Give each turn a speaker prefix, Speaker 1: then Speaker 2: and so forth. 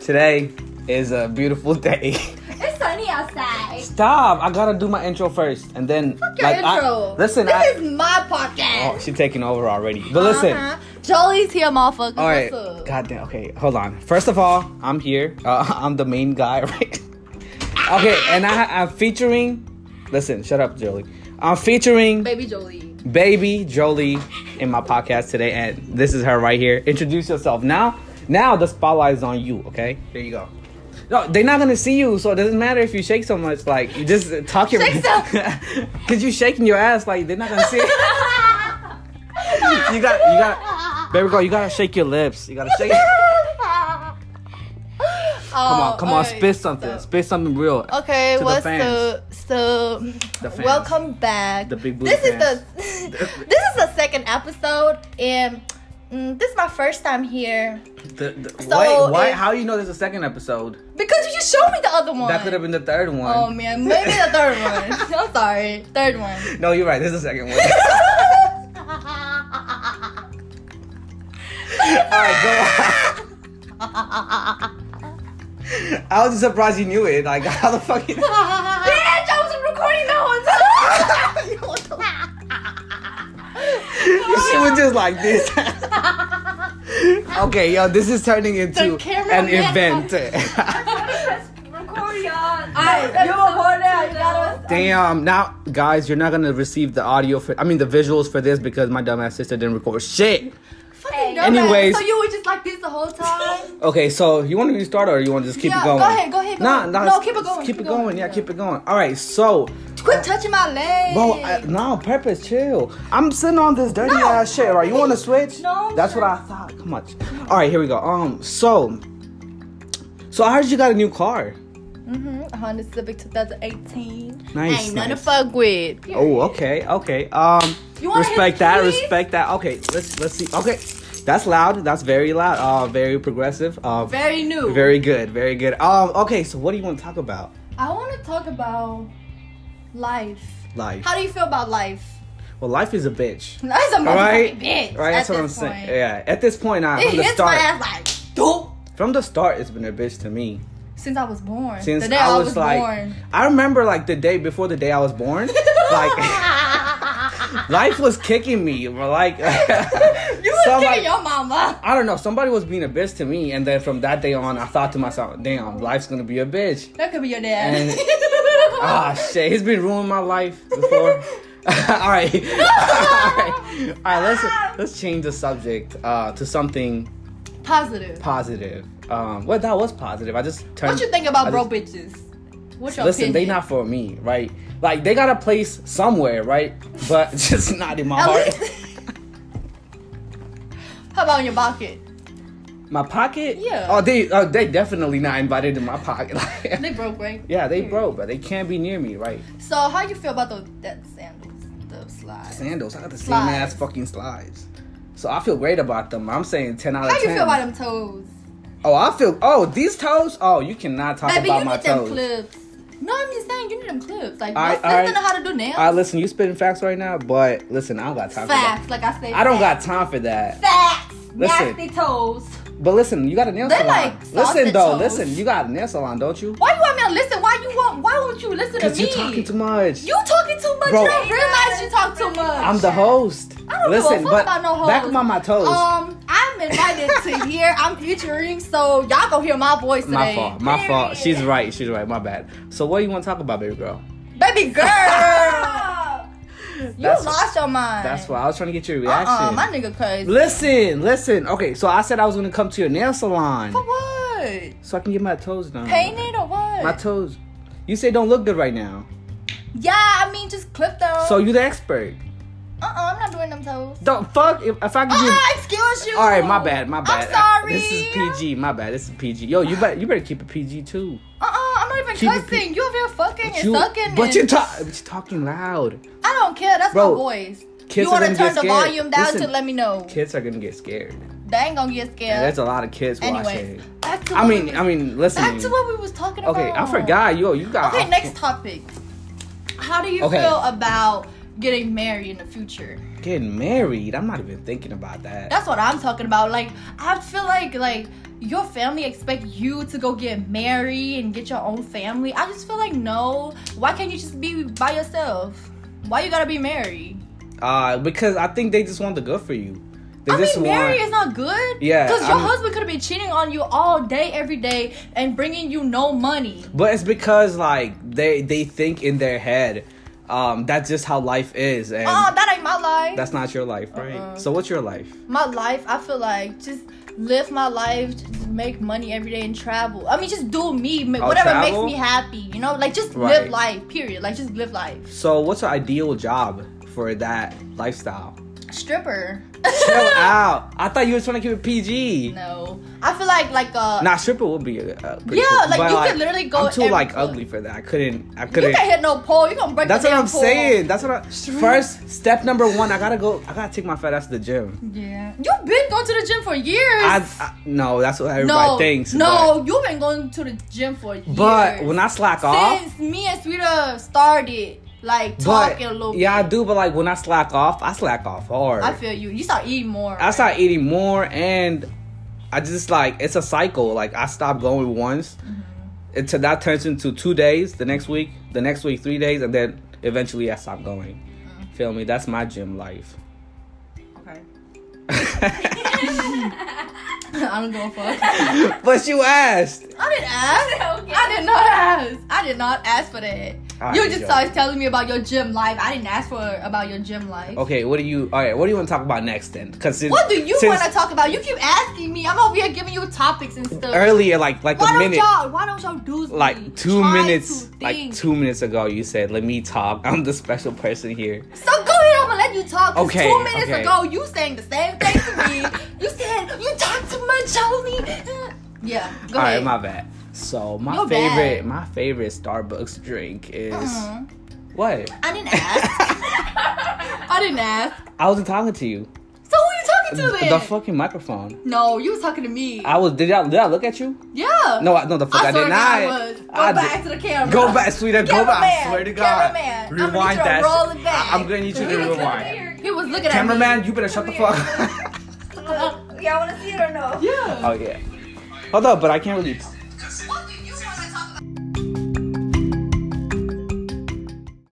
Speaker 1: Today is a beautiful day.
Speaker 2: It's sunny outside.
Speaker 1: Stop! I gotta do my intro first, and then
Speaker 2: Fuck your
Speaker 1: I-
Speaker 2: intro.
Speaker 1: listen,
Speaker 2: this
Speaker 1: I,
Speaker 2: is my
Speaker 1: oh,
Speaker 2: podcast.
Speaker 1: she's taking over already. But listen,
Speaker 2: Uh-huh. Jolie's here, motherfucker.
Speaker 1: all right,
Speaker 2: What's up?
Speaker 1: goddamn. Okay, hold on. First of all, I'm here. Uh, I'm the main guy, right? okay, and I, I'm featuring. Listen, shut up, Jolie. I'm featuring
Speaker 2: Baby Jolie.
Speaker 1: baby Jolie in my podcast today, and this is her right here. Introduce yourself now. Now the spotlight is on you. Okay, there you go. No, they're not gonna see you, so it doesn't matter if you shake so much. Like you just talk your
Speaker 2: Shake so-
Speaker 1: because you shaking your ass. Like they're not gonna see. it. You got, you got, baby girl. You gotta shake your lips. You gotta shake. Come on, come on, spit something. Spit something real.
Speaker 2: Oh, Okay,
Speaker 1: to the
Speaker 2: what's
Speaker 1: fans.
Speaker 2: the so?
Speaker 1: The fans.
Speaker 2: Welcome back.
Speaker 1: The big blue
Speaker 2: This
Speaker 1: fans.
Speaker 2: is the this is the second episode, and mm, this is my first time here
Speaker 1: The, the,
Speaker 2: So
Speaker 1: wait, why?
Speaker 2: if-
Speaker 1: How you know there's a second episode?
Speaker 2: because you showed me the other one.
Speaker 1: That could have been the third one.
Speaker 2: Oh man, maybe the third one. I'm sorry, third one.
Speaker 1: no, you're right. This is the second one. All right, go. on. I was surprised you knew it. Like, how the fuck? You...
Speaker 2: Bitch, I was recording that one. too.
Speaker 1: she was just like this. okay, yo, this is turning into
Speaker 2: The camera
Speaker 1: an
Speaker 2: man-
Speaker 1: event.
Speaker 2: I, you recorded. I got us.
Speaker 1: Damn, now guys, you're not gonna receive the audio for I mean the visuals for this because my dumbass sister didn't record shit.
Speaker 2: Fucking
Speaker 1: Anyways.
Speaker 2: dumbass. so you were just like this the whole time.
Speaker 1: Okay, so you want to restart or you want to just keep
Speaker 2: Yeah,
Speaker 1: it going?
Speaker 2: go ahead, go ahead, go
Speaker 1: nah,
Speaker 2: ahead.
Speaker 1: nah,
Speaker 2: No,
Speaker 1: s-
Speaker 2: keep it
Speaker 1: s-
Speaker 2: going,
Speaker 1: Keep, it going. Yeah, keep it going. All right, so,
Speaker 2: Quit touching my leg.
Speaker 1: bro, I, no purpose, chill. I'm sitting on this dirty
Speaker 2: No.
Speaker 1: ass shit, right? You want to switch?
Speaker 2: No, I'm
Speaker 1: That's what I thought. Come on. All right, here we go. Um, so, so I heard you got a new car.
Speaker 2: Mhm, Honda Civic 2018.
Speaker 1: Nice,
Speaker 2: Ain't none to
Speaker 1: nice.
Speaker 2: fuck with.
Speaker 1: Oh, okay, okay. Um,
Speaker 2: You wanna
Speaker 1: respect
Speaker 2: hit
Speaker 1: that.
Speaker 2: the keys?
Speaker 1: Respect that. Okay, let's let's see. Okay, that's loud. That's very loud. Uh, very progressive. Uh,
Speaker 2: Very new.
Speaker 1: very good. Very good. Um, okay. So, what do you want to talk about?
Speaker 2: I want to talk about life.
Speaker 1: Life.
Speaker 2: How do you feel about life?
Speaker 1: Well, life is a bitch.
Speaker 2: That's a motherfucking
Speaker 1: Right?
Speaker 2: bitch.
Speaker 1: Right, that's
Speaker 2: at
Speaker 1: what I'm
Speaker 2: this
Speaker 1: saying.
Speaker 2: point.
Speaker 1: Yeah, at this point, I,
Speaker 2: It
Speaker 1: from the
Speaker 2: hits my
Speaker 1: start,
Speaker 2: ass like dope
Speaker 1: from the start, it's been a bitch to me.
Speaker 2: since I was born.
Speaker 1: Since
Speaker 2: the day
Speaker 1: I,
Speaker 2: I
Speaker 1: was, like,
Speaker 2: born.
Speaker 1: I remember like the day before the day I was born, like life was kicking me. We're like,
Speaker 2: you was
Speaker 1: Somebody-
Speaker 2: kicking your mama.
Speaker 1: I don't know, somebody was being a bitch to me, and then from that day on, I thought to myself, damn, life's gonna be a bitch.
Speaker 2: That could be your dad.
Speaker 1: And-
Speaker 2: Oh.
Speaker 1: Ah, shit, he's been ruining my life before. All right, all right, all right. Let's let's change the subject uh, to something
Speaker 2: Positive.
Speaker 1: positive. Um, well, that was positive. I just turned.
Speaker 2: What you think
Speaker 1: I
Speaker 2: about bro
Speaker 1: just-
Speaker 2: bitches? What's your
Speaker 1: Listen, they
Speaker 2: opinion?
Speaker 1: not for me, right? Like they got a place somewhere, right? But just not in my
Speaker 2: At
Speaker 1: heart.
Speaker 2: least- How about in your pocket?
Speaker 1: My pocket?
Speaker 2: Yeah.
Speaker 1: Oh, they oh, they definitely not invited in my pocket. Like,
Speaker 2: They broke, right?
Speaker 1: yeah, they broke, but they can't be near me, right?
Speaker 2: So how you feel about those that sandals, the slides?
Speaker 1: Sandals, I got the same
Speaker 2: Slides.
Speaker 1: ass fucking slides. So I feel great about them. I'm saying ten out of
Speaker 2: How you
Speaker 1: ten.
Speaker 2: feel about them toes?
Speaker 1: Oh, I feel. Oh, these toes. Oh, you cannot talk
Speaker 2: Baby,
Speaker 1: about
Speaker 2: you
Speaker 1: my
Speaker 2: need them
Speaker 1: toes.
Speaker 2: clips. No, I'm just saying you need them clips. Like,
Speaker 1: I-
Speaker 2: I,
Speaker 1: I-
Speaker 2: don't know how to do nails.
Speaker 1: I listen. You spitting facts right now, but listen, I don't got time for that.
Speaker 2: facts, like I said.
Speaker 1: I don't
Speaker 2: facts.
Speaker 1: got time for that.
Speaker 2: facts.
Speaker 1: Listen.
Speaker 2: Nasty toes.
Speaker 1: But listen, you got a nail
Speaker 2: They
Speaker 1: salon.
Speaker 2: like
Speaker 1: listen
Speaker 2: sausage
Speaker 1: though,
Speaker 2: toes.
Speaker 1: listen, you got a nail salon, don't you?
Speaker 2: Why you want me to listen? Why you want? Why won't you listen to
Speaker 1: Because
Speaker 2: me?
Speaker 1: you're talking too much.
Speaker 2: You talking too much.
Speaker 1: Bro.
Speaker 2: You don't realize you talk too much.
Speaker 1: I'm the host.
Speaker 2: I don't
Speaker 1: listen,
Speaker 2: give a fuck
Speaker 1: but
Speaker 2: about no hoes.
Speaker 1: back up on my toes.
Speaker 2: Um, I'm invited to hear. I'm featuring, so y'all gonna hear my voice today.
Speaker 1: my fault. My fault.
Speaker 2: Period.
Speaker 1: She's right. She's right. My bad. So what do you want to talk about, baby girl?
Speaker 2: baby girl. you
Speaker 1: That's-
Speaker 2: lost your mind.
Speaker 1: That's why I was trying to get your reaction.
Speaker 2: Uh-uh, my nigga crazy.
Speaker 1: listen, listen. Okay, so I said I was gonna come to your nail salon
Speaker 2: For what?
Speaker 1: so I can get Oh my toes done.
Speaker 2: Painted or what?
Speaker 1: My toes. You say don't look good right now.
Speaker 2: yeah, I mean just clip them.
Speaker 1: So you the expert.
Speaker 2: uh-uh, I'm not doing them toes.
Speaker 1: Don't fuck if, if I could.
Speaker 2: Uh-uh,
Speaker 1: get-
Speaker 2: excuse you.
Speaker 1: All right, my bad, my bad.
Speaker 2: I'm sorry.
Speaker 1: This is PG. My bad. This is PG. Yo, you better you better keep it PG too.
Speaker 2: Uh-uh, I'm not even
Speaker 1: Keep it
Speaker 2: cussing. You over here fucking and
Speaker 1: you,
Speaker 2: sucking.
Speaker 1: but
Speaker 2: and-
Speaker 1: you talk, but you talking loud.
Speaker 2: I don't care. That's
Speaker 1: Bro,
Speaker 2: my voice.
Speaker 1: kids
Speaker 2: you
Speaker 1: are
Speaker 2: want to
Speaker 1: gonna
Speaker 2: turn
Speaker 1: get
Speaker 2: the
Speaker 1: scared.
Speaker 2: volume down
Speaker 1: Listen.
Speaker 2: to let me know.
Speaker 1: Kids are gonna get scared.
Speaker 2: They ain't gonna get
Speaker 1: And
Speaker 2: scared.
Speaker 1: there's a lot of kids
Speaker 2: Anyways,
Speaker 1: watching.
Speaker 2: back to
Speaker 1: I
Speaker 2: what
Speaker 1: mean,
Speaker 2: we-
Speaker 1: I mean, listen.
Speaker 2: back to what we was talking about.
Speaker 1: okay, I forgot. Yo, you got.
Speaker 2: Okay, next topic. How do you
Speaker 1: Okay.
Speaker 2: feel about getting married in the future?
Speaker 1: getting married. I'm not even thinking about that.
Speaker 2: That's what I'm talking about. Like I feel like like your family expect you to go get married and get your own family. I just feel like no. Why can't you just be by yourself? Why you gotta be married?
Speaker 1: Uh, because I think they just want the good for you. They
Speaker 2: I
Speaker 1: just
Speaker 2: mean, married
Speaker 1: want.
Speaker 2: is not good.
Speaker 1: Yeah,
Speaker 2: Because your
Speaker 1: I'm-
Speaker 2: husband could have been cheating on you all day, every day, and bringing you no money.
Speaker 1: But it's because like they they think in their head, um, that's just how life is, and
Speaker 2: Oh, that ain't my life.
Speaker 1: that's not your life, right?
Speaker 2: Uh-uh.
Speaker 1: So what's your life?
Speaker 2: my life i feel like just live my life just make money every day and travel i mean just do me ma-
Speaker 1: Oh,
Speaker 2: whatever
Speaker 1: travel?
Speaker 2: makes me happy you know like just
Speaker 1: Right.
Speaker 2: live life period like just live life
Speaker 1: So what's your ideal job for that lifestyle?
Speaker 2: stripper
Speaker 1: Chill out. I thought you were trying to keep it PG.
Speaker 2: no i feel like like uh
Speaker 1: Nah, stripper would be. Uh, pretty
Speaker 2: Yeah,
Speaker 1: cool.
Speaker 2: like,
Speaker 1: But,
Speaker 2: you could literally go
Speaker 1: I'm too
Speaker 2: every
Speaker 1: like
Speaker 2: club.
Speaker 1: ugly for that. I couldn't. I
Speaker 2: you
Speaker 1: couldn't.
Speaker 2: can't hit no pole you gonna break
Speaker 1: That's
Speaker 2: the
Speaker 1: what
Speaker 2: damn
Speaker 1: I'm
Speaker 2: pole.
Speaker 1: saying. That's what I. First step number one. I gotta go. I gotta take my fat ass to the gym.
Speaker 2: yeah you've been going to the gym for years
Speaker 1: I, I no, that's what everybody
Speaker 2: no
Speaker 1: thinks.
Speaker 2: no you've been going to the gym for years
Speaker 1: but, but when I slack off,
Speaker 2: since me and Sweeta started like
Speaker 1: but
Speaker 2: talking a little
Speaker 1: yeah, I
Speaker 2: bit,
Speaker 1: do. But like when I slack off, I slack off hard.
Speaker 2: I feel you. You start eating more.
Speaker 1: I start eating more, and I just like it's a cycle. Like I stop going once,
Speaker 2: Mm-hmm.
Speaker 1: until that turns into two days. The next week, the next week, three days, and then eventually I stop going.
Speaker 2: Mm-hmm.
Speaker 1: Feel me? That's my gym life.
Speaker 2: Okay. I don't give a fuck. I
Speaker 1: but you asked.
Speaker 2: didn't ask. I did not ask. I did not ask for that.
Speaker 1: All
Speaker 2: you
Speaker 1: right,
Speaker 2: just
Speaker 1: yo.
Speaker 2: started telling me about your gym life. I didn't ask for about your gym life.
Speaker 1: Okay, what do you? All right, what do you want to talk about next then? Because
Speaker 2: What do you want to talk about? You keep asking me. I'm over here giving you topics and stuff.
Speaker 1: Earlier, like like
Speaker 2: why
Speaker 1: a
Speaker 2: don't
Speaker 1: minute,
Speaker 2: y'all? Why don't y'all do
Speaker 1: like two
Speaker 2: try
Speaker 1: minutes,
Speaker 2: to
Speaker 1: like
Speaker 2: think.
Speaker 1: two minutes ago, you said, "Let me talk. I'm the special person here."
Speaker 2: So go ahead. I'm gonna let you talk. 'cause
Speaker 1: Okay,
Speaker 2: Two minutes
Speaker 1: okay.
Speaker 2: ago, you saying the same thing to me. you said you talk too much, Jolie. Yeah. Go
Speaker 1: All right,
Speaker 2: ahead.
Speaker 1: my bad. So my
Speaker 2: Your bad.
Speaker 1: favorite, my favorite Starbucks drink is
Speaker 2: Mhm.
Speaker 1: what?
Speaker 2: I didn't ask. I didn't ask.
Speaker 1: I wasn't talking to you.
Speaker 2: So who you talking to
Speaker 1: The,
Speaker 2: then?
Speaker 1: the fucking microphone.
Speaker 2: no, you was talking to me.
Speaker 1: I was. Did I? Did I look at you?
Speaker 2: yeah.
Speaker 1: No, I, no. The fuck, I,
Speaker 2: swear
Speaker 1: did
Speaker 2: to
Speaker 1: not.
Speaker 2: God I was. Go
Speaker 1: I
Speaker 2: back
Speaker 1: did-
Speaker 2: to the camera.
Speaker 1: Go back, sweetie. Go back. I
Speaker 2: Cameraman,
Speaker 1: swear to God.
Speaker 2: cameraman. I'm gonna need
Speaker 1: Rewind
Speaker 2: you to
Speaker 1: that.
Speaker 2: roll
Speaker 1: shit.
Speaker 2: it
Speaker 1: I-
Speaker 2: back.
Speaker 1: I'm gonna need you to rewind.
Speaker 2: He was looking at
Speaker 1: Cameraman, you better shut the fuck. up.
Speaker 2: me. Cameraman.
Speaker 3: Uh, Y'all wanna see it or no?
Speaker 2: yeah.
Speaker 1: oh yeah. Hold up, but I can't really.